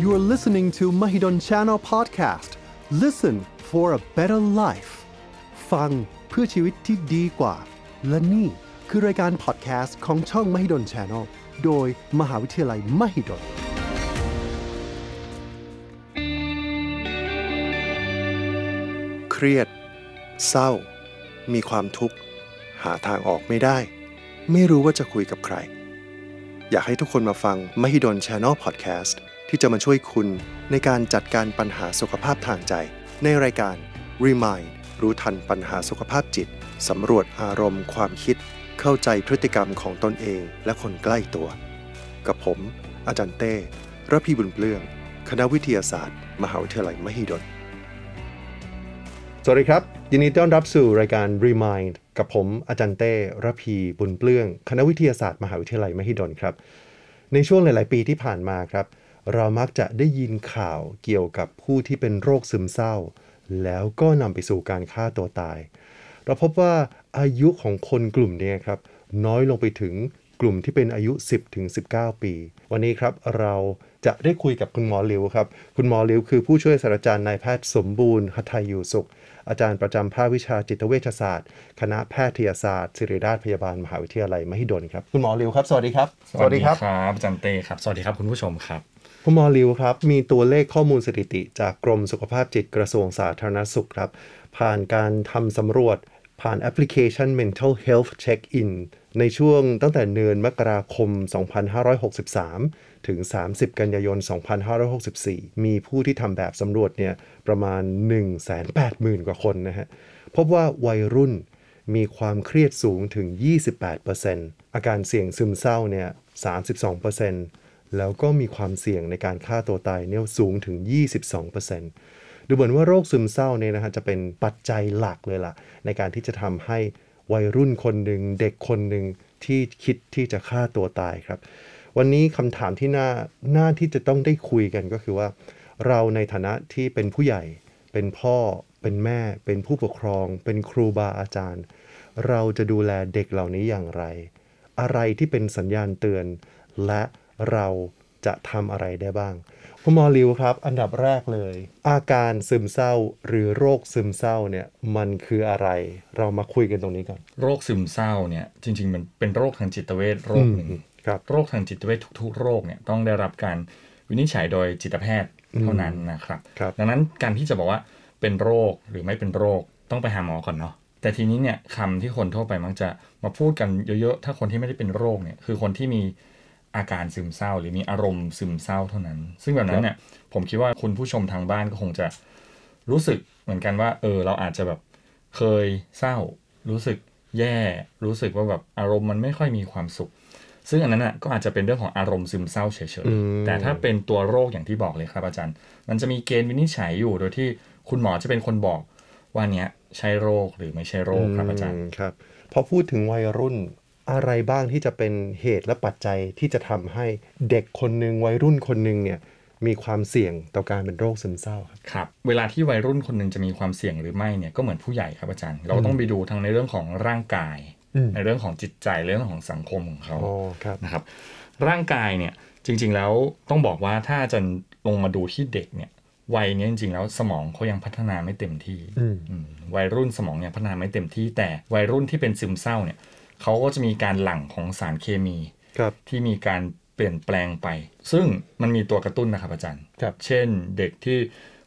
You are listening to Mahidol Channel Podcast. Listen for a better life. ฟังเพื่อชีวิตที่ดีกว่า และนี่คือรายการ podcast ของช่อง Mahidol Channel โดยมหาวิทยาลัย Mahidol เครียด เศร้า มีความทุกข์ หาทางออกไม่ได้ ไม่รู้ว่าจะคุยกับใคร อยากให้ทุกคนมาฟัง Mahidol Channel Podcast ที่จะมาช่วยคุณในการจัดการปัญหาสุขภาพทางใจ ในรายการ Remind รู้ทันปัญหาสุขภาพจิต สำรวจอารมณ์ความคิด เข้าใจพฤติกรรมของตนเองและคนใกล้ตัว กับผม อาจารย์เต้ระพีบุญเปลื้อง คณะวิทยาศาสตร์ มหาวิทยาลัยมหิดล สวัสดีครับ ยินดีต้อนรับสู่รายการ Remind กับผมอาจารย์เต้ระพีบุญเปลื้อง คณะวิทยาศาสตร์ มหาวิทยาลัยมหิดลครับ ในช่วงหลาย ๆ ปีที่ผ่านมาครับ เรามักจะได้ยินข่าวเกี่ยวกับผู้ที่เป็นโรคซึมเศร้า แล้วก็นำไปสู่การฆ่าตัวตาย เราพบว่าอายุของคนกลุ่มเนี้ครับ น้อยลงไปถึงกลุ่มที่เป็นอายุ 10 ถึง 19 ปี วันนี้ครับเราจะได้คุยกับคุณหมอหลิวครับ คุณหมอหลิวคือผู้ช่วยศาสตราจารย์นายแพทย์สมบูรณ์หัตถยอยู่สุข อาจารย์ประจำภาควิชาจิตเวชศาสตร์ คณะแพทยศาสตร์ศิริราชพยาบาลมหาวิทยาลัยมหิดลครับคุณหมอหลิวครับสวัสดีครับ ครับอาจันเต้ครับ สวัสดีครับคุณผู้ชมครับ คุณหมอริวครับ มีตัวเลขข้อมูลสถิติจากกรมสุขภาพจิตกระทรวงสาธารณสุขครับ ผ่านการทำสำรวจ ผ่านแอปพลิเคชัน Mental Health Check In ในช่วงตั้งแต่เดือนมกราคม 2563 ถึง 30 กันยายน 2564 มีผู้ที่ทำแบบสำรวจเนี่ยประมาณ 180,000 กว่าคนนะฮะ พบว่าวัยรุ่น มีความเครียดสูงถึง 28%อาการเสี่ยงซึมเศร้าเนี่ย 32%แล้วก็มีความเสี่ยงในการฆ่าตัวตายเนี่ยสูงถึง 22%ดูเหมือนว่าโรคซึมเศร้าเนี่ยนะฮะจะเป็นปัจจัยหลักเลยล่ะ ในการที่จะทำให้วัยรุ่นคนหนึ่งเด็กคนหนึ่งที่คิดที่จะฆ่าตัวตายครับ วันนี้คำถามที่น่าน่าที่จะต้องได้คุยกันก็คือว่า เราในฐานะที่เป็นผู้ใหญ่ เป็นพ่อ เป็นแม่ เป็นผู้ปกครอง เป็นครูบาอาจารย์ เราจะดูแลเด็กเหล่านี้อย่างไร อะไรที่เป็นสัญญาณเตือน และเราจะทำอะไรได้บ้างคุณหมอริวครับ อันดับแรกเลย อาการซึมเศร้าหรือโรคซึมเศร้าเนี่ยมันคืออะไร เรามาคุยกันตรงนี้ก่อน โรคซึมเศร้าเนี่ยจริง ๆ มันเป็นโรคทางจิตเวชโรคหนึ่ง ครับ โรคทางจิตเวชทุกๆโรคเนี่ยต้องได้รับการวินิจฉัยโดยจิตแพทย์เท่านั้นนะครับ ครับ ดังนั้นการที่จะบอกว่าเป็นโรคหรือไม่เป็นโรคต้องไปหาหมอก่อนเนาะแต่ทีนี้เนี่ยคำที่คนทั่วไปมักจะมาพูดกันเยอะๆถ้าคนที่ไม่ได้เป็นโรคเนี่ยคือคนที่มีอาการซึมเศร้า หรือมีอารมณ์ซึมเศร้าเท่านั้น ซึ่งแบบนั้นเนี่ยผมคิดว่าคุณผู้ชมทางบ้านก็คงจะ รู้สึกเหมือนกันว่า เออ เราอาจจะแบบเคยเศร้า รู้สึกแย่ รู้สึกว่าแบบอารมณ์มันไม่ค่อยมีความสุข ซึ่งอันนั้นอ่ะก็อาจจะเป็นเรื่องของอารมณ์ซึมเศร้าเฉยๆ แต่ถ้าเป็นตัวโรคอย่างที่บอกเลยครับอาจารย์ มันจะมีเกณฑ์วินิจฉัยอยู่ โดยที่คุณหมอจะเป็นคนบอกว่าเนี้ยใช่โรคหรือไม่ใช่โรคครับอาจารย์ มครับพอพูดถึงวัยรุ่นอะไรบ้างที่จะเป็นเหตุและปัจจัยที่จะทำให้เด็กคนหนึ่งวัยรุ่นคนหนึ่งเนี่ยมีความเสี่ยงต่อการเป็นโรคซึมเศร้าครับ ครับเวลาที่วัยรุ่นคนหนึ่งจะมีความเสี่ยงหรือไม่เนี่ยก็เหมือนผู้ใหญ่ครับอาจารย์ เราต้องไปดูทั้งในเรื่องของร่างกาย อืม ในเรื่องของจิตใจเรื่องของสังคมของเขา อ๋อครับ นะครับร่างกายเนี่ยจริงๆแล้วต้องบอกว่าถ้าจะลงมาดูที่เด็กเนี่ยวัยเนี้ยจริงๆแล้วสมองเขายังพัฒนาไม่เต็มที่ อืม อืมวัยรุ่นสมองยังพัฒนาไม่เต็มที่ แต่วัยรุ่นที่เป็นซึมเศร้าเนี่ยเขาก็จะมีการหลั่งของสารเคมี ครับ ที่มีการเปลี่ยนแปลงไป ซึ่งมันมีตัวกระตุ้นนะครับอาจารย์ ครับ เช่นเด็กที่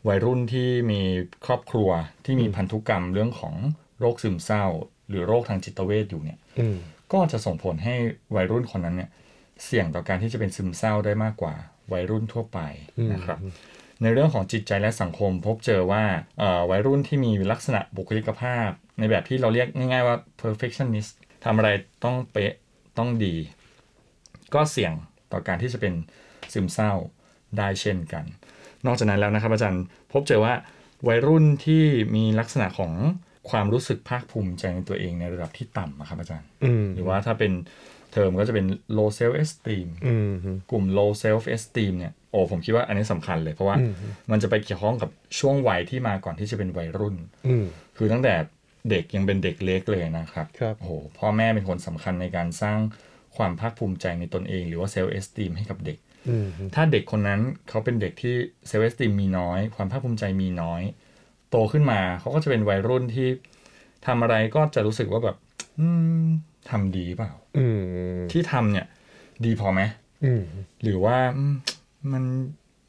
วัยรุ่นที่มีครอบครัวที่มีพันธุกรรมเรื่องของโรคซึมเศร้า หรือโรคทางจิตเวชอยู่เนี่ย อืม ก็จะส่งผลให้วัยรุ่นคนนั้นเนี่ยเสี่ยงต่อการที่จะเป็นซึมเศร้าได้มากกว่าวัยรุ่นทั่วไปนะครับ ในเรื่องของจิตใจและสังคมพบเจอว่าเอ่อวัยรุ่นที่มีลักษณะบุคลิกภาพ ในแบบที่เราเรียกง่ายๆว่า perfectionist ทำอะไรต้องเป๊ะต้องดี ก็เสี่ยงต่อการที่จะเป็นซึมเศร้าได้เช่นกัน นอกจากนั้นแล้วนะครับอาจารย์พบเจอว่าวัยรุ่นที่มีลักษณะของความรู้สึกภาคภูมิใจในตัวเองในระดับที่ต่ำนะครับอาจารย์ อืม หรือว่าถ้าเป็นเทอมก็จะเป็น low self esteem อืม กลุ่ม low self esteem เนี่ยโอ้ผมคิดว่าอันนี้สำคัญเลย เพราะว่ามันจะไปเกี่ยวข้องกับช่วงวัยที่มาก่อนที่จะเป็นวัยรุ่น อืม คือตั้งแต่เด็กยังเป็นเด็กเล็กเลยนะครับ ครับ โอ้โหพ่อแม่เป็นคนสำคัญในการสร้าง ความภาคภูมิใจในตนเอง หรือว่าเซลล์เอสติมให้กับเด็ก อืม ถ้าเด็กคนนั้นเขาเป็นเด็กที่เซลล์เอสติมมีน้อย ความภาคภูมิใจมีน้อย โตขึ้นมาเขาก็จะเป็นวัยรุ่นที่ทำอะไรก็จะรู้สึกว่าแบบ อืมทำดีเปล่า อืม ที่ทำเนี่ย ดีพอไหม อืม หรือว่าอืมมัน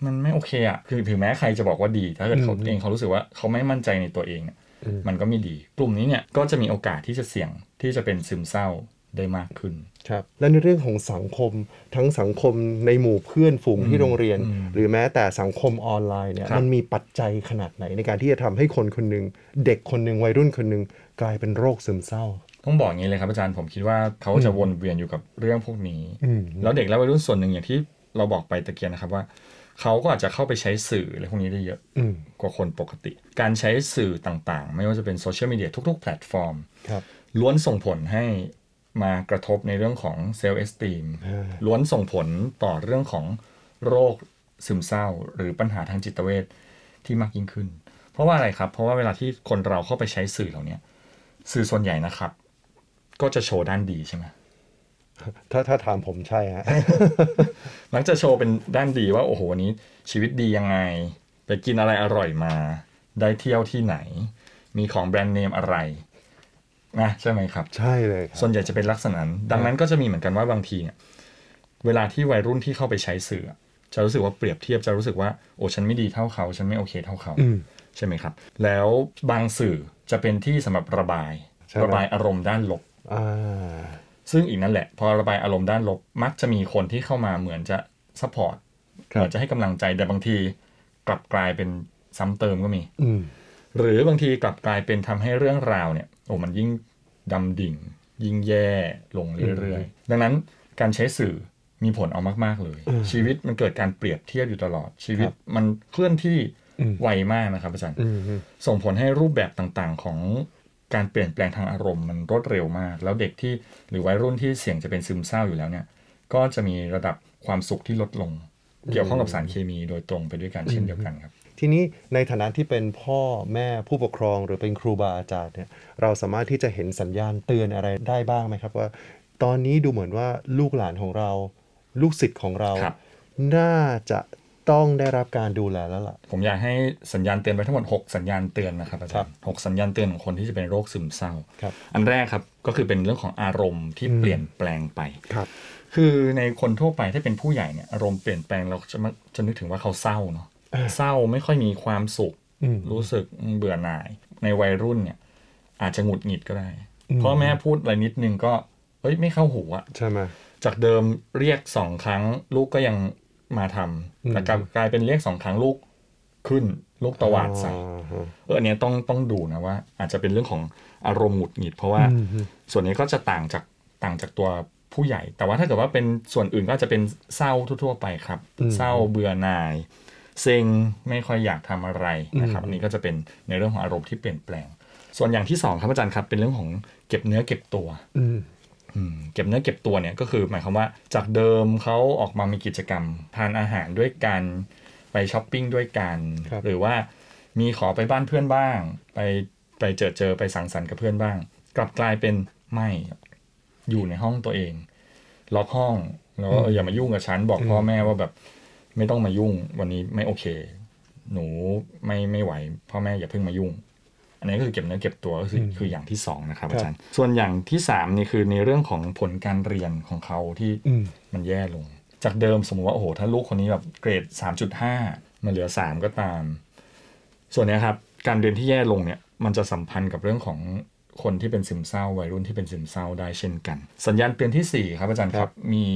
มันไม่โอเคอะ่ะคือถึงแม้ใครจะบอกว่าดีแต่ถ้าเกิดเขา อืม เองเขารู้สึกว่าเขาไม่มั่นใจในตัวเองเนี่ย อืม มันก็ไม่ดี กลุ่มนี้เนี่ยก็จะมีโอกาสที่จะเสี่ยงที่จะเป็นซึมเศร้าได้มากขึ้น ครับและในเรื่องของสังคมทั้งสังคมในหมู่เพื่อนฝูงที่โรงเรียน อืม หรือแม้แต่สังคมออนไลน์เนี่ย ครับ มันมีปัจจัยขนาดไหนในการที่จะทำให้คนคนหนึ่งเด็กคนหนึ่งวัยรุ่นคนหนึ่งกลายเป็นโรคซึมเศร้า ต้องบอกอย่างนี้เลยครับอาจารย์ผมคิดว่าเขาจะวนเวียนอยู่กับเรื่องพวกนี้ อืม แล้วเด็กและวัยรุ่นส่วนหนึ่งอย่างที่เราบอกไปตะเกียนนะครับว่าเขาก็อาจจะเข้าไปใช้สื่ออะไรพวกนี้ได้เยอะ อืม กว่าคนปกติ การใช้สื่อต่างๆ ไม่ว่าจะเป็นโซเชียลมีเดียทุกๆ แพลตฟอร์ม ครับ ล้วนส่งผลให้มากระทบในเรื่องของเซลล์เอสติม อ่า ล้วนส่งผลต่อเรื่องของโรคซึมเศร้า หรือปัญหาทางจิตเวชที่มากยิ่งขึ้น เพราะว่าอะไรครับ เพราะว่าเวลาที่คนเราเข้าไปใช้สื่อเหล่าเนี้ยสื่อส่วนใหญ่นะครับ ก็จะโชว์ด้านดีใช่ไหม ถ้าถ้าถามผมใช่ฮะ มักจะโชว์เป็นด้านดีว่าโอ้โหวันนี้ชีวิตดียังไง ไปกินอะไรอร่อยมา ได้เที่ยวที่ไหน มีของแบรนด์เนมอะไรนะใช่ไหมครับ ใช่เลยครัส่บ วนใหญ่จะเป็นลักษณะนั้น ดังนั้นก็จะมีเหมือนกันว่าบางทีเนี่ยเวลาที่วัยรุ่นที่เข้าไปใช้สื่ออะจะรู้สึกว่าเปรียบเทียบจะรู้สึกว่าโอ้ฉันไม่ดีเท่าเขา ฉันไม่โอเคเท่าเขา อืม ใช่ไหมครับ แล้วบางสื่อจะเป็นที่สำหรับระบาย ใช่ไหม ระบายอารมณ์ด้านลบ อ่า ซึ่งอีกนั่นแหละ พอระบายอารมณ์ด้านลบมักจะมีคนที่เข้ามาเหมือนจะซัพพอร์ตเหมือนจะให้กำลังใจแต่บางทีกลับกลายเป็นซ้ำเติมก็มี อืม หรือบางทีกลับกลายเป็นทำให้เรื่องราวเนี่ยโอ้มันยิ่งดำดิ่ง ยิ่งแย่ลงเรื่อยๆ ดังนั้นการใช้สื่อมีผลเอามากๆเลย ชีวิตมันเกิดการเปรียบเทียบอยู่ตลอด ชีวิตมันเคลื่อนที่ไวมากนะครับอาจารย์ อืมอืม ส่งผลให้รูปแบบต่างๆของการเปลี่ยนแปลงทางอารมณ์มันรวดเร็วมาก แล้วเด็กที่หรือวัยรุ่นที่เสี่ยงจะเป็นซึมเศร้าอยู่แล้วเนี่ย ก็จะมีระดับความสุขที่ลดลง เกี่ยวข้องกับสารเคมีโดยตรงไปด้วยกันเช่นเดียวกันครับ ทีนี้ในฐานะที่เป็นพ่อแม่ผู้ปกครองหรือเป็นครูบาอาจารย์เนี่ยเราสามารถที่จะเห็นสัญญาณเตือนอะไรได้บ้างไหมครับว่า ตอนนี้ดูเหมือนว่าลูกหลานของเรา ลูกศิษย์ของเรา ครับ น่าจะต้องได้รับการดูแลแล้วล่ะ ผมอยากให้สัญญาณเตือนไว้ทั้งหมด 6 สัญญาณเตือนนะครับอาจารย์หกสัญญาณเตือนของคนที่จะเป็นโรคซึมเศร้า ครับ อันแรกครับก็คือเป็นเรื่องของอารมณ์ที่เปลี่ยนแปลงไป ครับ คือในคนทั่วไปถ้าเป็นผู้ใหญ่เนี่ยอารมณ์เปลี่ยนแปลงเราจะมักจะนึกถึงว่าเขาเศร้าเนาะเศร้าไม่ค่อยมีความสุข อืม รู้สึกเบื่อหน่าย ในวัยรุ่นเนี่ยอาจจะหงุดหงิดก็ได้พ่อแม่พูดอะไรนิดนึงก็เฮ้ยไม่เข้าหูอะ ใช่ไหม จากเดิมเรียกสองครั้ง ลูกก็ยังมาท อื ำ ม แต่กลับกลายเป็นเรียกสองครั้งลูกขึ้น ลูกตวาดใส่ อ่าฮะ เอออันเนี้ยต้องต้องดูนะว่า อาจจะเป็นเรื่องของอารมณ์หงุดหงิด เพราะว่า อืมอืม ส่วนนี้ก็จะต่างจากต่างจากตัวผู้ใหญ่ แต่ว่าถ้าเกิดว่าเป็นส่วนอื่นก็อาจจะเป็นเศร้าทั่วๆไปครับ เศร้าเบื่อหน่ายเซ็งไม่ค่อยอยากทำอะไรนะครับอันนี้ก็จะเป็นในเรื่องของอารมณ์ที่เปลี่ยนแปลง ส่วนอย่างที่สองครับอาจารย์ครับเป็นเรื่องของเก็บเนื้อเก็บตัว อืม อืมเก็บเนื้อเก็บตัวเนี่ยก็คือหมายความว่าจากเดิมเขาออกมามีกิจกรรม ทานอาหารด้วยกัน ไปช้อปปิ้งด้วยกัน ครับ หรือว่ามีขอไปบ้านเพื่อนบ้าง ไปไปเจอเจอไปสังสรรค์กับเพื่อนบ้าง กลับกลายเป็นไม่อยู่ในห้องตัวเอง ล็อกห้องแล้วก็เอออย่ามายุ่งกับฉันบอกพ่อแม่ว่าแบบไม่ต้องมายุ่งวันนี้ไม่โอเค หนูไม่ไม่ไหว พ่อแม่อย่าเพิ่งมายุ่ง อันนี้ก็คือเก็บเนื้อเก็บตัวก็คืออคืออย่างที่สองนะครับอาจารย์ส่วนอย่างที่สามนี่คือในเรื่องของผลการเรียนของเขาที่ อืม มันแย่ลง จากเดิมสมมติว่าโอ้โหถ้าลูกคนนี้แบบเกรด 3.5 มันเหลือ 3 ก็ตาม ส่วนเนี้ยครับการเรียนที่แย่ลงเนี่ยมันจะสัมพันธ์กับเรื่องของคนที่เป็นซึมเศร้าวัยรุ่นที่เป็นซึมเศร้าได้เช่นกัน สัญญาณเตือนทีสี่4 ครับอาจารย์ครับมี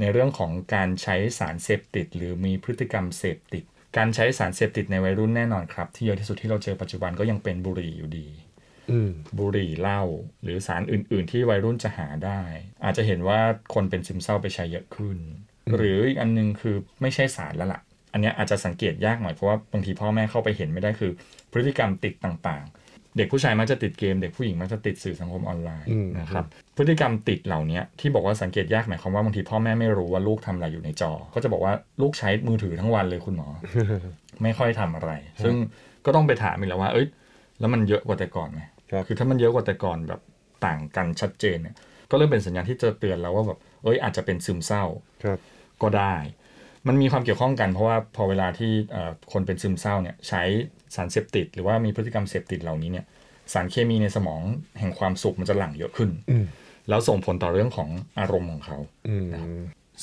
ในเรื่องของการใช้สารเสพติด หรือมีพฤติกรรมเสพติด การใช้สารเสพติดในวัยรุ่นแน่นอนครับ ที่เยอะที่สุดที่เราเจอปัจจุบันก็ยังเป็นบุหรี่อยู่ดี อืม บุหรี่เหล้าหรือสารอื่น ๆ ที่วัยรุ่นจะหาได้ อาจจะเห็นว่าคนเป็นซึมเศร้าไปใช้เยอะขึ้น หรืออีกอันนึงคือไม่ใช่สารแล้วล่ะ อันเนี้ยอาจจะสังเกตยากหน่อยเพราะว่าบางทีพ่อแม่เข้าไปเห็นไม่ได้คือ พฤติกรรมติดต่างๆ เด็กผู้ชายมักจะติดเกม เด็กผู้หญิงมักจะติดสื่อสังคมออนไลน์ อืม นะครับพฤติกรรมติดเหล่าเนี้ยที่บอกว่าสังเกตยากหมายความว่าบางทีพ่อแม่ไม่รู้ว่าลูกทำอะไรอยู่ในจอ ก็จะบอกว่าลูกใช้มือถือทั้งวันเลยคุณหมอ ไม่ค่อยทำอะไร ซึ่งก็ต้องไปถามอีกแล้วว่า เอ้ย แล้วมันเยอะกว่าแต่ก่อนไหม ครับ คือถ้ามันเยอะกว่าแต่ก่อนแบบต่างกันชัดเจนเนี่ย ก็เริ่มเป็นสัญญาณที่จะเตือนแล้วว่าแบบ เอ้ยอาจจะเป็นซึมเศร้า ครับ ก็ได้ มันมีความเกี่ยวข้องกันเพราะว่าพอเวลาที่เอ่อคนเป็นซึมเศร้าเนี่ยใช้สารเสพติด หรือว่ามีพฤติกรรมเสพติดเหล่านี้เนี่ยสารเคมีในสมองแห่งความสุขมันจะหลั่งเยอะขึ้น อืม แล้วส่งผลต่อเรื่องของอารมณ์ของเขา อืม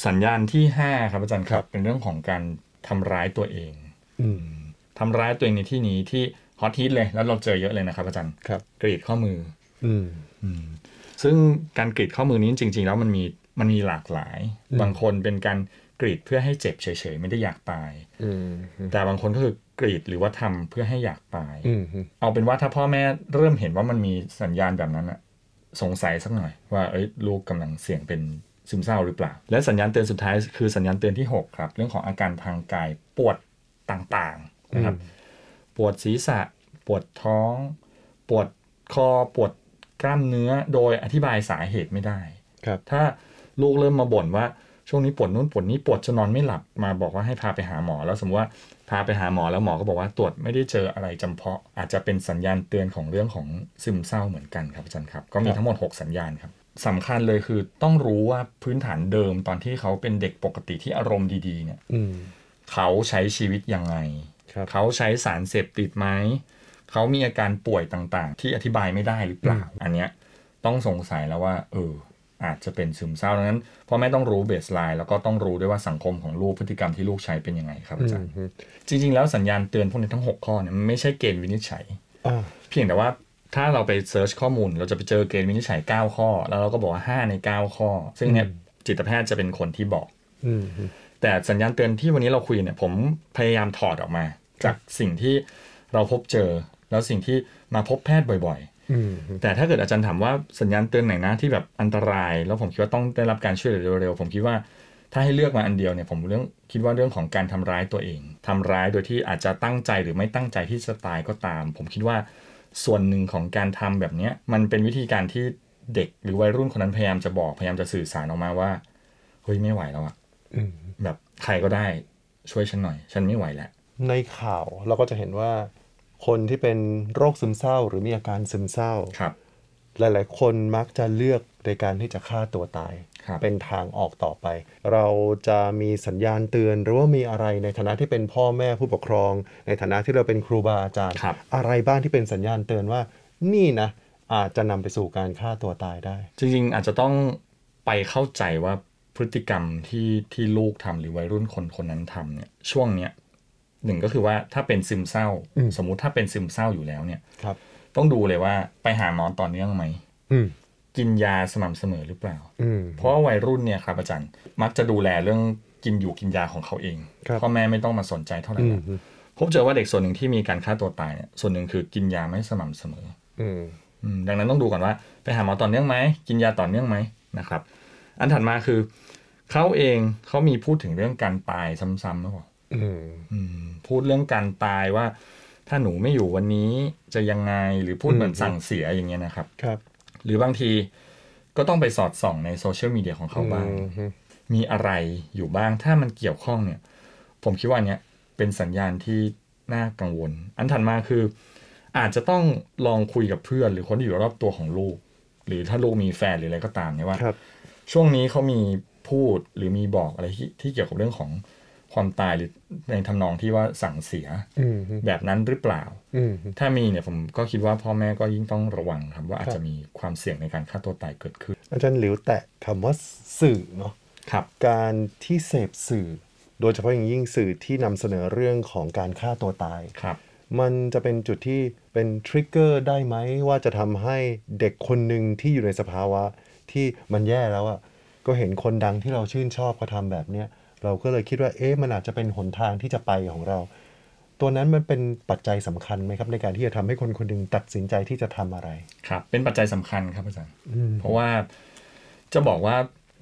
สัญญาณที่ 5 ครับอาจารย์ค ครั รับ บ เป็นเรื่องของการทำร้ายตัวเอง อืม ทำร้ายตัวเองในที่นี้ที่ฮอตฮิตเลยแล้วเราเจอเยอะเลยนะครับอาจารย์ ครับ กรีดข้อมือ อืม ซึ่งการกรีดข้อมือนี้จริง ๆ แล้วมันมีมันมีหลากหลาย อืม บางคนเป็นการกรีดเพื่อให้เจ็บเฉยๆไม่ได้อยากตาย อืม แต่บางคนก็คือกรีดหรือว่าทำเพื่อให้อยากตาย อืม เอาเป็นว่าถ้าพ่อแม่เริ่มเห็นว่ามันมีสัญญาณแบบนั้นอะสงสัยสักหน่อยว่าเอ้ยลูกกำลังเสี่ยงเป็นซึมเศร้าหรือเปล่า และสัญญาณเตือนสุดท้ายคือสัญญาณเตือนที่ 6 ครับ เรื่องของอาการทางกายปวดต่างๆนะครับ ปวดศีรษะ ปวดท้อง ปวดคอปวดกล้ามเนื้อโดยอธิบายสาเหตุไม่ได้ ครับ ถ้าลูกเริ่มมาบ่นว่าช่วงนี้ปวดนู้นปวดนี้ปวดจนนอนไม่หลับมาบอกว่าให้พาไปหาหมอ แล้วสมมติว่าพาไปหาหมอแล้วหมอก็บอกว่าตรวจไม่ได้เจออะไรจำเพาะ อาจจะเป็นสัญญาณเตือนของเรื่องของซึมเศร้าเหมือนกันครับอาจารย์ครับ ก็มีทั้งหมด 6 สัญญาณครับสำคัญเลยคือต้องรู้ว่าพื้นฐานเดิมตอนที่เขาเป็นเด็กปกติที่อารมณ์ดีๆเนี่ย อืม เขาใช้ชีวิตยังไง ครับ เขาใช้สารเสพติดไหม เขามีอาการป่วยต่างๆ ที่อธิบายไม่ได้หรือเปล่า อันเนี้ยต้องสงสัยแล้วว่า เออ อาจจะเป็นซึมเศร้าดังนั้นพ่อแม่ต้องรู้เบสไลน์แล้วก็ต้องรู้ด้วยว่าสังคมของลูกพฤติกรรมที่ลูกใช้เป็นยังไงครับอาจารย์ จริงๆ แล้วสัญญาณเตือนพวกนี้ทั้ง 6 ข้อเนี่ยมันไม่ใช่เกณฑ์วินิจฉัย อ่า เพียงแต่ว่าถ้าเราไปเซิร์ชข้อมูล เราจะไปเจอเกณฑ์วินิจฉัย 9 ข้อ แล้วเราก็บอกว่า 5 ใน 9 ข้อ ซึ่งเนี่ยจิตแพทย์จะเป็นคนที่บอก อืม แต่สัญญาณเตือนที่วันนี้เราคุยเนี่ยผมพยายามถอดออกมา จากสิ่งที่เราพบเจอ แล้วสิ่งที่มาพบแพทย์บ่อย อืม ๆ แต่ถ้าเกิดอาจารย์ถามว่าสัญญาณเตือนไหนนะที่แบบอันตราย แล้วผมคิดว่าต้องได้รับการช่วยเหลือเร็วๆผมคิดว่าถ้าให้เลือกมาอันเดียวเนี่ยผมเรื่องคิดว่าเรื่องของการทำร้ายตัวเองทำร้ายโดยที่อาจจะตั้งใจหรือไม่ตั้งใจที่จะตายก็ตาม ผมคิดว่าส่วนหนึ่งของการทำแบบเนี้ยมันเป็นวิธีการที่เด็กหรือวัยรุ่นคนนั้นพยายามจะบอกพยายามจะสื่อสารออกมาว่าเฮ้ยไม่ไหวแล้วอะ อืม แบบใครก็ได้ช่วยฉันหน่อย ฉันไม่ไหวแล้ว ในข่าวเราก็จะเห็นว่า คนที่เป็นโรคซึมเศร้า หรือมีอาการซึมเศร้า ครับ หลาย ๆ คนมักจะเลือกในการที่จะฆ่าตัวตาย ครับ เป็นทางออกต่อไป เราจะมีสัญญาณเตือนหรือว่ามีอะไรในฐานะที่เป็นพ่อแม่ผู้ปกครอง ในฐานะที่เราเป็นครูบาอาจารย์ ครับ อะไรบ้างที่เป็นสัญญาณเตือนว่า นี่นะ อาจจะนำไปสู่การฆ่าตัวตายได้ จริงๆอาจจะต้องไปเข้าใจว่าพฤติกรรมที่ที่ลูกทำหรือวัยรุ่นคนคนนั้นทำเนี่ยช่วงเนี้ยหนึ่งก็คือว่าถ้าเป็นซึมเศร้า อืม สมมุติถ้าเป็นซึมเศร้าอยู่แล้วเนี่ย ครับ ต้องดูเลยว่าไปหาหมอต่อเนื่องไหม อืม กินยาสม่ำเสมอหรือเปล่า อืม เพราะว่าวัยรุ่นเนี่ยครับอาจารย์มักจะดูแลเรื่องกินอยู่กินยาของเขาเอง ครับ พ่อแม่ไม่ต้องมาสนใจเท่าไหร่ อื หร ม อกพบเจอว่าเด็กส่วนหนึ่งที่มีการฆ่าตัวตายเนี่ยส่วนหนึ่งคือกินยาไม่สม่ำเสมอ อืม อืมดังนั้นต้องดูก่อนว่าไปหาหมอต่อเนื่องไหมกินยาต่อเนื่องไหมนะครับ อันถัดมาคือ เขาเองเขามีพูดถึงเรื่องการตายซ้ำๆหรือเปล่า อืม อืมพูดเรื่องการตายว่า ถ้าหนูไม่อยู่วันนี้จะยังไงหรือพูดเหมือน อืม สั่งเสียอย่างเงี้ยนะครับ ครับ หรือบางทีก็ต้องไปสอดส่องในโซเชียลมีเดียของเขาบ้าง อืม มีอะไรอยู่บ้างถ้ามันเกี่ยวข้องเนี่ย ผมคิดว่าเนี่ยเป็นสัญญาณที่น่ากังวล อันถัดมาคือ อาจจะต้องลองคุยกับเพื่อน หรือคนที่อยู่รอบตัวของลูก หรือถ้าลูกมีแฟนหรืออะไรก็ตามเนี่ยว่า ครับ ช่วงนี้เขามีพูดหรือมีบอกอะไรที่ที่เกี่ยวกับเรื่องของความตายหรือในทำนองที่ว่าสั่งเสีย อืม แบบนั้นหรือเปล่า อืม ถ้ามีเนี่ยผมก็คิดว่าพ่อแม่ก็ยิ่งต้องระวังครับว่าอาจ ครั จะ บ มีความเสี่ยงในการฆ่าตัวตายเกิดขึ้น อาจารย์หลิวแตะคำว่าสื่อเนาะ ครับ การที่เสพสื่อ โดยเฉพาะอย่างยิ่งสื่อที่นำเสนอเรื่องของการฆ่าตัวตาย ครับ มันจะเป็นจุดที่เป็นทริกเกอร์ได้ไหมว่าจะทำให้เด็กคนหนึ่งที่อยู่ในสภาวะที่มันแย่แล้วอะก็เห็นคนดังที่เราชื่นชอบเขาทำแบบเนี้ยเราก็เลยคิดว่าเอ๊ะมันอาจจะเป็นหนทางที่จะไปของเรา ตัวนั้นมันเป็นปัจจัยสำคัญไหมครับในการที่จะทำให้คนคนหนึ่งตัดสินใจที่จะทำอะไร ครับ เป็นปัจจัยสำคัญครับอาจารย์ เพราะว่าจะบอกว่า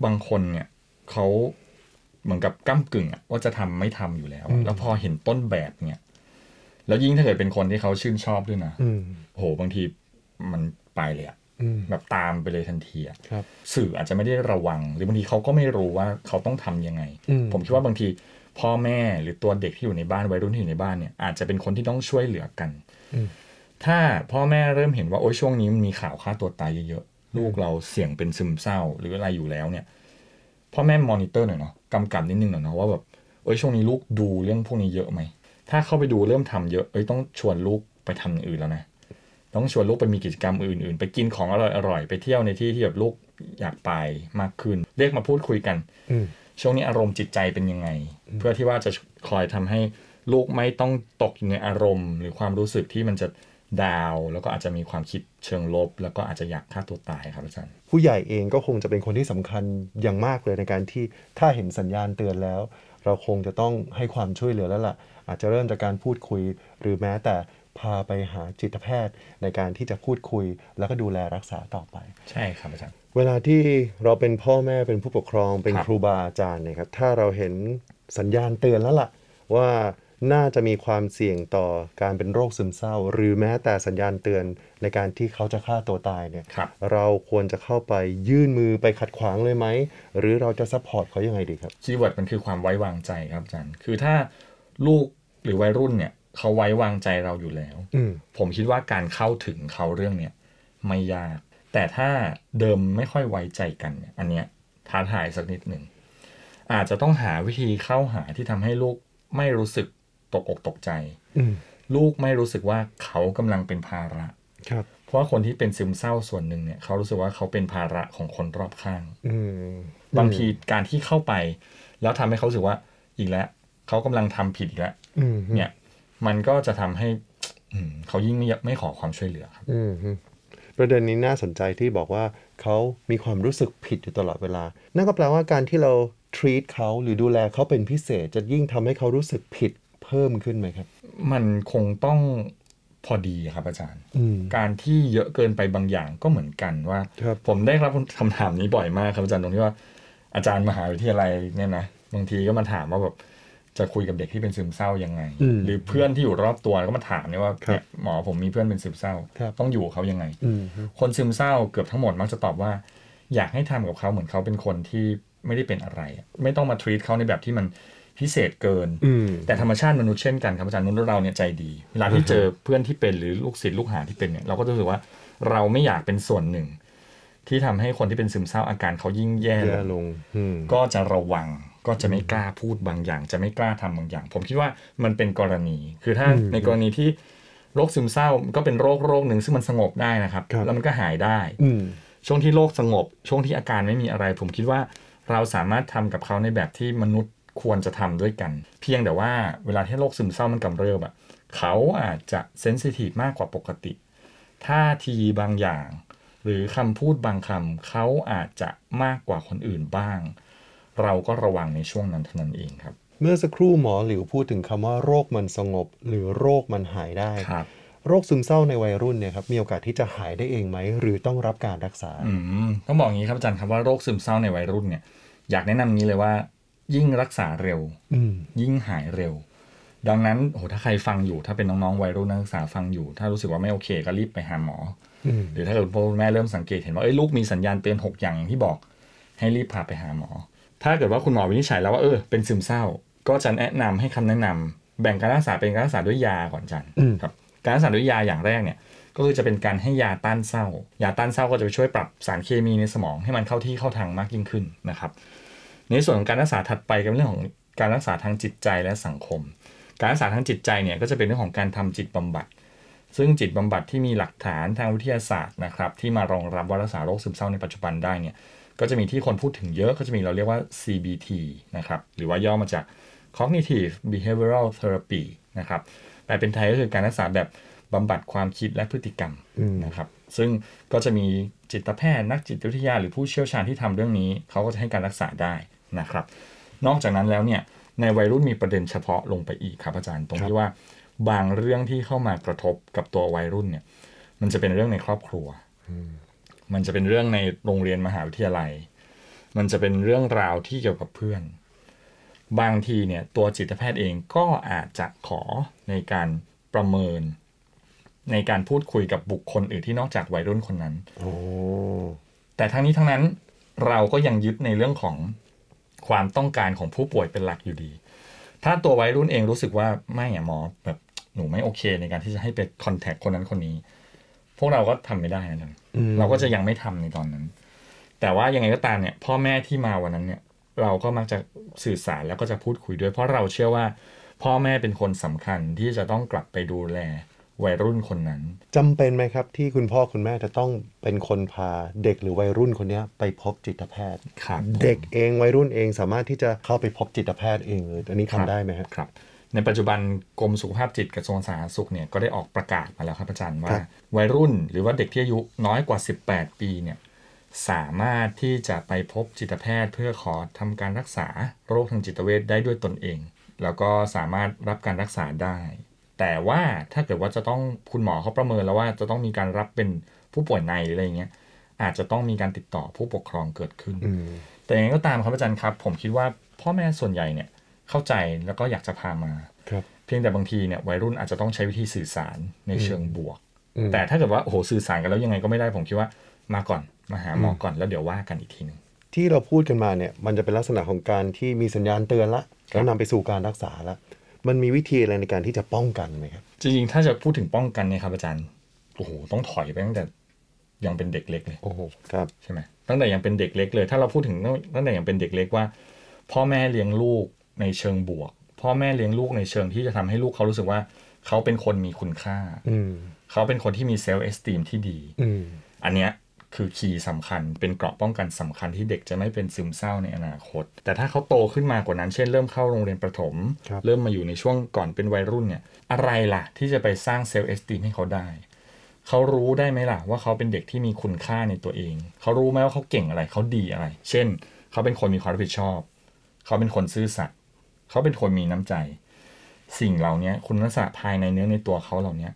บางคนเนี่ยเขาเหมือนกับก้ากึ่งอะว่าจะทำไม่ทำอยู่แล้วอะ อืม แล้วพอเห็นต้นแบบเนี่ยแล้วยิ่งถ้าเกิดเป็นคนที่เขาชื่นชอบด้วยนะ อืม โหบางทีมันไปเลยอะ อืม แบบตามไปเลยทันทีอะ ครับ สื่ออาจจะไม่ได้ระวัง หรือบางทีเขาก็ไม่รู้ว่าเขาต้องทำยังไง อืม ผมคิดว่าบางทีพ่อแม่หรือตัวเด็กที่อยู่ในบ้านวัยรุ่นที่อยู่ในบ้านเนี่ยอาจจะเป็นคนที่ต้องช่วยเหลือกัน อืม ถ้าพ่อแม่เริ่มเห็นว่าโอ้ยช่วงนี้มันมีข่าวฆ่าตัวตายเยอะๆลูกเราเสี่ยงเป็นซึมเศร้าหรืออะไรอยู่แล้วเนี่ย พ่อแม่มอนิเตอร์หน่อยเนาะกำกับนิดนึงหน่อยเนาะว่าแบบเอ้ยช่วงนี้ลูกดูเรื่องพวกนี้เยอะไหมถ้าเข้าไปดูเริ่มทำเยอะเอ้ยต้องชวนลูกไปทำอย่างอื่นแล้วนะต้องชวนลูกไปมีกิจกรรมอื่นๆ ไปกินของอร่อยๆไปเที่ยวในที่ที่แบบลูกอยากไปมากขึ้น เรียกมาพูดคุยกัน อืม ช่วงนี้อารมณ์จิตใจเป็นยังไง อืม เพื่อที่ว่าจะคอยทำให้ลูกไม่ต้องตกอยู่ในอารมณ์ หรือความรู้สึกที่มันจะดาวน์แล้วก็อาจจะมีความคิดเชิงลบ แล้วก็อาจจะอยากฆ่าตัวตายครับอาจารย์ ผู้ใหญ่เองก็คงจะเป็นคนที่สำคัญอย่างมากเลยในการที่ถ้าเห็นสัญญาณเตือนแล้ว เราคงจะต้องให้ความช่วยเหลือแล้วล่ะ อาจจะเริ่มจากการพูดคุย หรือแม้แต่พาไปหาจิตแพทย์ ในการที่จะพูดคุย แล้วก็ดูแลรักษาต่อไป ใช่ครับอาจารย์ เวลาที่เราเป็นพ่อแม่เป็นผู้ปกครองเป็น ครับ ครูบาอาจารย์เนี่ยครับถ้าเราเห็นสัญญาณเตือนแล้วล่ะ ว่าน่าจะมีความเสี่ยงต่อการเป็นโรคซึมเศร้า หรือแม้แต่สัญญาณเตือนในการที่เขาจะฆ่าตัวตายเนี่ย ครับ เราควรจะเข้าไปยื่นมือไปขัดขวางเลยไหม หรือเราจะซัพพอร์ตเขายังไงดีครับ คีย์เวิร์ดมันคือความไว้วางใจครับอาจารย์ คือถ้าลูกหรือวัยรุ่นเนี่ยเขาไว้วางใจเราอยู่แล้ว อืม ผมคิดว่าการเข้าถึงเขาเรื่องเนี้ยไม่ยาก แต่ถ้าเดิมไม่ค่อยไว้ใจกันเนี่ยอันเนี้ยท้าทายสักนิดหนึ่ง อาจจะต้องหาวิธีเข้าหาที่ทำให้ลูกไม่รู้สึกตกอกตกใจ อืม ลูกไม่รู้สึกว่าเขากำลังเป็นภาระ ครับ เพราะว่าคนที่เป็นซึมเศร้าส่วนหนึ่งเนี่ยเขารู้สึกว่าเขาเป็นภาระของคนรอบข้าง อืม บางทีการที่เข้าไป แล้วทำให้เขารู้สึกว่าอีกแล้วเขากำลังทำผิดอีกแล้ว อืม เนี่ยมันก็จะทำให้อืมเขายิ่งไม่อยากไม่ขอความช่วยเหลือครับ อืมประเด็นนี้น่าสนใจที่บอกว่าเขามีความรู้สึกผิดอยู่ตลอดเวลา นั่นก็แปลว่าการที่เรา treat เขาหรือดูแลเขาเป็นพิเศษ จะยิ่งทำให้เขารู้สึกผิดเพิ่มขึ้นไหมครับ มันคงต้องพอดีครับอาจารย์ อืม การที่เยอะเกินไปบางอย่างก็เหมือนกันว่า ครับ ผมได้รับคำถามนี้บ่อยมากครับอาจารย์ตรงที่ว่าอาจารย์มหาวิทยาลัยเนี่ยนะบางทีก็มาถามว่าแบบจะคุยกับเด็กที่เป็นซึมเศร้ายังไง อืม หรือเพื่อนที่อยู่รอบตัวก็มาถามเนี่ยว่า ครับ เนี่ยหมอผมมีเพื่อนเป็นซึมเศร้า ครับ ต้องอยู่กับเขายังไง อืม คนซึมเศร้าเกือบทั้งหมดมักจะตอบว่า อยากให้ทำกับเขาเหมือนเขาเป็นคนที่ไม่ได้เป็นอะไรอะไม่ต้องมาทรีตเขาในแบบที่มันพิเศษเกิน อืม แต่ธรรมชาติมนุษย์เช่นกันครับอาจารย์มนุษย์เราเนี่ยใจดี เวลาที่เจอเพื่อนที่เป็นหรือลูกศิษย์ลูกหาที่เป็นเนี่ยเราก็จะรู้สึกว่าเราไม่อยากเป็นส่วนหนึ่ง ที่ทำให้คนที่เป็นซึมเศร้าอาการเขายิ่งแย่ล แย่ ง ลง อืม ก็จะระวังก็จะไม่กล้าพูดบางอย่าง จะไม่กล้าทำบางอย่าง ผมคิดว่ามันเป็นกรณี คือถ้า อืม ในกรณีที่โรคซึมเศร้าก็เป็นโรคโรคหนึ่งซึ่งมันสงบได้นะครับ ครับ แล้วมันก็หายได้ อืม ช่วงที่โรคสงบ ช่วงที่อาการไม่มีอะไร ผมคิดว่าเราสามารถทำกับเขาในแบบที่มนุษย์ควรจะทำด้วยกัน เพียงแต่ว่าเวลาที่โรคซึมเศร้ามันกำเริบอะเขาอาจจะเซนซิทีฟมากกว่าปกติท่าทีบางอย่าง หรือคำพูดบางคำเขาอาจจะมากกว่าคนอื่นบ้าง เราก็ระวังในช่วงนั้นเท่านั้นเองครับ เมื่อสักครู่หมอหลิวพูดถึงคำว่าโรคมันสงบ หรือโรคมันหายได้ ครับ โรคซึมเศร้าในวัยรุ่นเนี่ยครับ มีโอกาสที่จะหายได้เองไหม หรือต้องรับการรักษา อืมต้องบอกอย่างนี้ครับอาจารย์ครับว่าโรคซึมเศร้าในวัยรุ่นเนี่ยอยากแนะนำอย่างนี้เลยว่า ยิ่งรักษาเร็ว อืม ยิ่งหายเร็ว ดังนั้นโอ้โหถ้าใครฟังอยู่ ถ้าเป็นน้องๆวัยรุ่นนักศึกษาฟังอยู่ ถ้ารู้สึกว่าไม่โอเคก็รีบไปหาหมอ อืม หรือถ้าเกิดพ่อแม่เริ่มสังเกตเห็นว่าเอ้ยลูกมีสัญญาณเตือนหกอย่างอย่างที่บอก ให้รีบพาไปหาหมอ ถ้าเกิดว่าคุณหมอวินิจฉัยแล้วว่าเออเป็นซึมเศร้า ก็จะแนะนำให้คำแนะนำแบ่งการรักษาเป็นการรักษาด้วยยาก่อนจัน อืม ครับการรักษาด้วยยาอย่างแรกเนี่ยก็คือจะเป็นการให้ยาต้านเศร้า ยาต้านเศร้าก็จะไปช่วยปรับสารเคมีในสมองให้มันเข้าที่เข้าทางมากยิ่งขึ้นนะครับ ในส่วนของการรักษาถัดไปก็เป็นเรื่องของการรักษาทางจิตใจและสังคม การรักษาทางจิตใจเนี่ยก็จะเป็นเรื่องของการทำจิตบำบัด ซึ่งจิตบำบัดที่มีหลักฐานทางวิทยาศาสตร์นะครับที่มารองรับว่ารักษาโรคซึมเศร้าในปัจจุบันได้เนี่ยก็จะมีที่คนพูดถึงเยอะก็จะมีเราเรียกว่า CBT นะครับหรือว่าย่อมาจาก Cognitive Behavioral Therapy นะครับแต่เป็นไทยก็คือการรักษาแบบบำบัดความคิดและพฤติกรรม อืม นะครับซึ่งก็จะมีจิตแพทย์นักจิตวิทยา หรือผู้เชี่ยวชาญที่ทำเรื่องนี้เขาก็จะให้การรักษาได้นะครับ นอกจากนั้นแล้วเนี่ยในวัยรุ่นมีประเด็นเฉพาะลงไปอีกครับอาจารย์ตรงที่ว่า บางเรื่องที่เข้ามากระทบกับตัววัยรุ่นเนี่ย มันจะเป็นเรื่องในครอบครัว มันจะเป็นเรื่องในโรงเรียนมหาวิทยาลัย มันจะเป็นเรื่องราวที่เกี่ยวกับเพื่อน บางทีเนี่ยตัวจิตแพทย์เองก็อาจจะขอในการประเมิน ในการพูดคุยกับบุคคลอื่นที่นอกจากวัยรุ่นคนนั้น โอ้ แต่ทั้งนี้ทั้งนั้นเราก็ยังยึดในเรื่องของความต้องการของผู้ป่วยเป็นหลักอยู่ดี ถ้าตัววัยรุ่นเองรู้สึกว่าไม่อะหมอแบบหนูไม่โอเคในการที่จะให้ไปคอนแทคคนนั้นคนนี้ พวกเราก็ทำไม่ได้นะจ๊ะ อืม เราก็จะยังไม่ทำในตอนนั้น แต่ว่ายังไงก็ตามเนี่ย พ่อแม่ที่มาวันนั้นเนี่ย เราก็มักจะสื่อสารแล้วก็จะพูดคุยด้วย เพราะเราเชื่อว่า พ่อแม่เป็นคนสำคัญที่จะต้องกลับไปดูแลวัยรุ่นคนนั้น จำเป็นไหมครับที่คุณพ่อคุณแม่จะต้องเป็นคนพาเด็กหรือวัยรุ่นคนเนี้ยไปพบจิตแพทย์ ครับ เด็กเองวัยรุ่นเองสามารถที่จะเข้าไปพบจิตแพทย์เองเลยอันนี้ทำได้ไหมฮะ ครับ ในปัจจุบันกรมสุขภาพจิตกระทรวงสาธารณสุขเนี่ยก็ได้ออกประกาศมาแล้วครับอาจารย์ ค ว่า รับ วัยรุ่นหรือว่าเด็กที่อายุน้อยกว่า 18 ปีเนี่ยสามารถที่จะไปพบจิตแพทย์ เพื่อขอทำการรักษาโรคทางจิตเวชได้ด้วยตนเอง แล้วก็สามารถรับการรักษาได้ แต่ว่าถ้าเกิดว่าจะต้องคุณหมอเขาประเมินแล้วว่าจะต้องมีการรับเป็นผู้ป่วยในหรืออะไรอย่างเงี้ยอาจจะต้องมีการติดต่อผู้ปกครองเกิดขึ้น อืม แต่ยังไงก็ตามครับอาจารย์ครับ ผมคิดว่าพ่อแม่ส่วนใหญ่เนี่ยเข้าใจแล้วก็อยากจะพามา ครับ เพียงแต่บางทีเนี่ยวัยรุ่นอาจจะต้องใช้วิธีสื่อสารในเชิงบวก อืม แต่ถ้าเกิดว่าโอ้โหสื่อสารกันแล้วยังไงก็ไม่ได้ผมคิดว่ามาก่อนมาหาหมอก่อนแล้วเดี๋ยวว่ากันอีกทีหนึง ที่เราพูดกันมาเนี่ยมันจะเป็นลักษณะของการที่มีสัญญาณเตือนละแล้วนำไปสู่การรักษาละมันมีวิธีอะไรในการที่จะป้องกันไหมครับ จริงๆ ถ้าจะพูดถึงป้องกันเนี่ยครับอาจารย์โอ้โหต้องถอยไปตั้งแต่ยังเป็นเด็กเล็กเลย โอ้โหครับ ใช่ไหมตั้งแต่ยังเป็นเด็กเล็กเลย ถ้าเราพูดถึงตั้งแต่ยังเป็นเด็กเล็กว่า พ่อแม่เลี้ยงลูกในเชิงบวก พ่อแม่เลี้ยงลูกในเชิงที่จะทำให้ลูกเขารู้สึกว่า เขาเป็นคนมีคุณค่า อืม เขาเป็นคนที่มีเซลล์เอสติมที่ดี อืม อันเนี้ยคือคีย์สำคัญเป็นเกราะป้องกันสำคัญที่เด็กจะไม่เป็นซึมเศร้าในอนาคต แต่ถ้าเขาโตขึ้นมากว่านั้นเช่นเริ่มเข้าโรงเรียนประถม ครับ เริ่มมาอยู่ในช่วงก่อนเป็นวัยรุ่นเนี่ยอะไรล่ะที่จะไปสร้างเซลล์เอสติมให้เขาได้ เขารู้ได้ไหมล่ะว่าเขาเป็นเด็กที่มีคุณค่าในตัวเอง เขารู้ไหมว่าเขาเก่งอะไรเขาดีอะไร เช่น เขาเป็นคนมีความรับผิดชอบ เขาเป็นคนซื่อสัตย์เขาเป็นคนมีน้ำใจ สิ่งเหล่าเนี้ยคุณลักษณะภายในเนื้อในตัวเขาเหล่าเนี้ย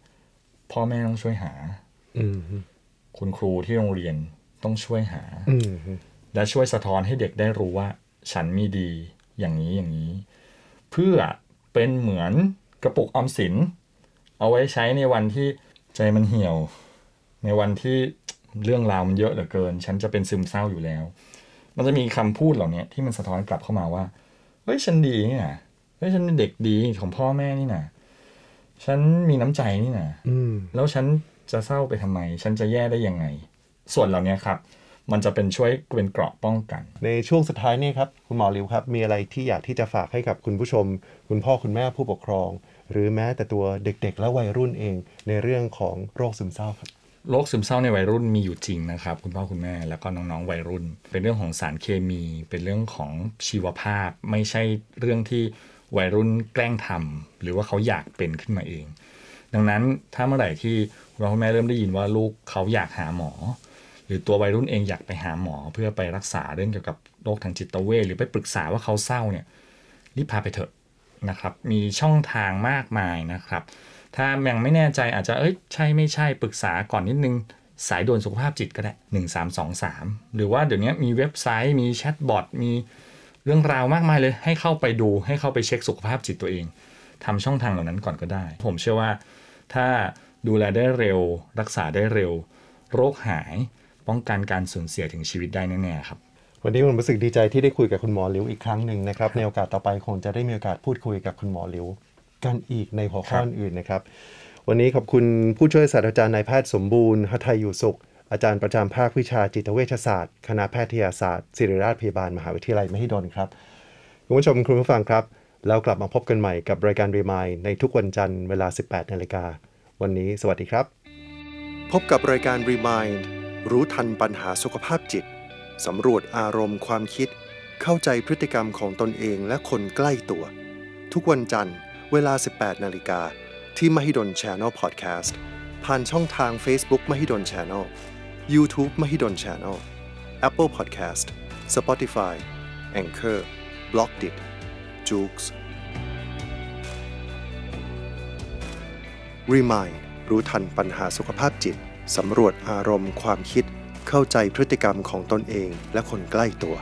พ่อแม่ต้องช่วยหา อืม คุณครูที่โรงเรียนต้องช่วยหา อืม และช่วยสะท้อนให้เด็กได้รู้ว่า ฉันมีดีอย่างนี้อย่างนี้ เพื่อเป็นเหมือนกระปุกออมสิน เอาไว้ใช้ในวันที่ใจมันเหี่ยว ในวันที่เรื่องราวมันเยอะเหลือเกิน ฉันจะเป็นซึมเศร้าอยู่แล้ว มันจะมีคำพูดเหล่านี้ที่มันสะท้อนกลับเข้ามาว่าเฮ้ยฉันดีนี่นะเฮ้ยฉันเป็นเด็กดีของพ่อแม่นี่นะฉันมีน้ำใจนี่นะ อืม แล้วฉันจะเศร้าไปทำไม ฉันจะแย่ได้ยังไง ส่วนเหล่านี้ครับ มันจะเป็นช่วยเป็นเกราะป้องกัน ในช่วงสุดท้ายนี่ครับ คุณหมอริวครับ มีอะไรที่อยากที่จะฝากให้กับคุณผู้ชม คุณพ่อคุณแม่ผู้ปกครอง หรือแม้แต่ตัวเด็กๆ และวัยรุ่นเอง ในเรื่องของโรคซึมเศร้าครับ โรคซึมเศร้าในวัยรุ่นมีอยู่จริงนะครับ คุณพ่อคุณแม่แล้วก็น้องๆวัยรุ่น เป็นเรื่องของสารเคมี เป็นเรื่องของชีวภาพ ไม่ใช่เรื่องที่วัยรุ่นแกล้งทำหรือว่าเขาอยากเป็นขึ้นมาเอง ดังนั้นถ้าเมื่อไหร่ที่คุณพ่อคุณแม่เริ่มได้ยินว่าลูกเขาอยากหาหมอ หรือตัววัยรุ่นเองอยากไปหาหมอ เพื่อไปรักษาเรื่องเกี่ยวกับโรคทางจิตเวชหรือไปปรึกษาว่าเขาเศร้าเนี่ยรีบพาไปเถอะนะครับ มีช่องทางมากมายนะครับ ถ้ายังไม่แน่ใจอาจจะเอ้ยใช่ไม่ใช่ปรึกษาก่อนนิดนึง สายด่วนสุขภาพจิตก็ได้ 1323 หรือว่าเดี๋ยวนี้มีเว็บไซต์มีแชทบอทมีเรื่องราวมากมายเลย ให้เข้าไปดูให้เข้าไปเช็คสุขภาพจิตตัวเองทำช่องทางเหล่านั้นก่อนก็ได้ ผมเชื่อว่า ถ้าดูแลได้เร็ว รักษาได้เร็ว โรคหายป้องกันการสูญเสียถึงชีวิตได้แน่ๆครับ วันนี้ผมรู้สึกดีใจที่ได้คุยกับคุณหมอหลิวอีกครั้งหนึ่งนะครับ ในโอกาสต่อไปคงจะได้มีโอกาสพูดคุยกับคุณหมอหลิวกันอีกในหัวข้อ ครับ อื่นนะครับ วันนี้ขอบคุณผู้ช่วยศาสตราจารย์นายแพทย์สมบูรณ์หทัยอยู่สุข อาจารย์ประจำภาควิชาจิตเวชศาสตร์ คณะแพทยศาสตร์ศิริราชพยาบาลมหาวิทยาลัยมหิดลครับ คุณผู้ชมคุณผู้ฟังครับ แล้วกลับมาพบกันใหม่กับรายการรีมายในทุกวันจันทร์เวลา 18นาฬิกาวันนี้สวัสดีครับ พบกับรายการ Remind รู้ทันปัญหาสุขภาพจิต สำรวจอารมณ์ความคิด เข้าใจพฤติกรรมของตนเองและคนใกล้ตัว ทุกวันจันทร์เวลา 18 นาฬิกา ที่ Mahidol Channel Podcast ผ่านช่องทาง Facebook Mahidol Channel YouTube Mahidol Channel Apple Podcast Spotify Anchor b l o g d i t j o o x Remind รู้ทันปัญหาสุขภาพจิต สำรวจอารมณ์ความคิด เข้าใจพฤติกรรมของตนเองและคนใกล้ตัว